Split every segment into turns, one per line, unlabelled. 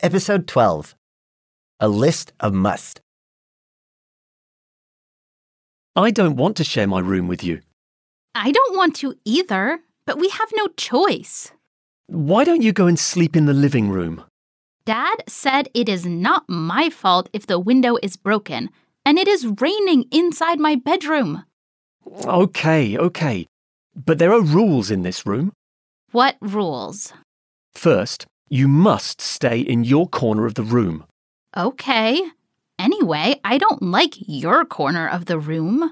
Episode 12 A List of Must.
I don't want to share my room with you.
I don't want to either, but we have no choice.
Why don't you go and sleep in the living room?
Dad said it is not my fault if the window is broken, and it is raining inside my bedroom.
Okay, okay. But there are rules in this room.
What rules?
First, you must stay in your corner of the room.
Okay. Anyway, I don't like your corner of the room.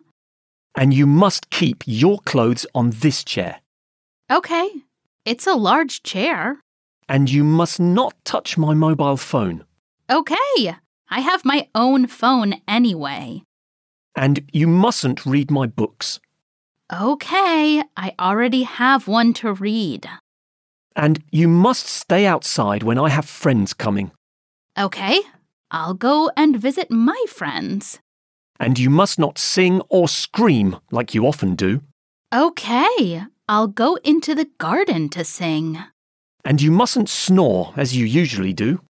And you must keep your clothes on this chair.
Okay. It's a large chair.
And you must not touch my mobile phone.
Okay. I have my own phone anyway.
And you mustn't read my books.
Okay. I already have one to read.
And you must stay outside when I have friends coming.
Okay. I'll go and visit my friends.
And you must not sing or scream like you often do.
Okay. I'll go into the garden to sing.
And you mustn't snore as you usually do.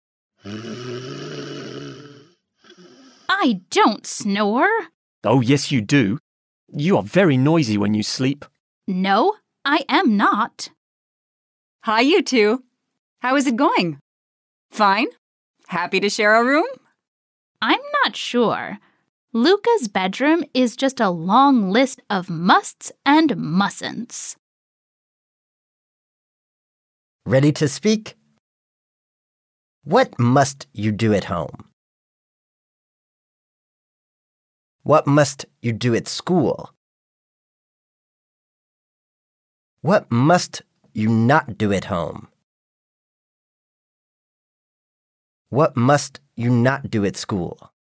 I don't snore.
Oh, yes, you do. You are very noisy when you sleep.
No, I am not.
Hi, you two. How is it going? Fine. Happy to share a room?
I'm not sure. Luca's bedroom is just a long list of musts and mustn'ts.
Ready to speak? What must you do at home? What must you do at school? What must you not do at home? What must you not do at school?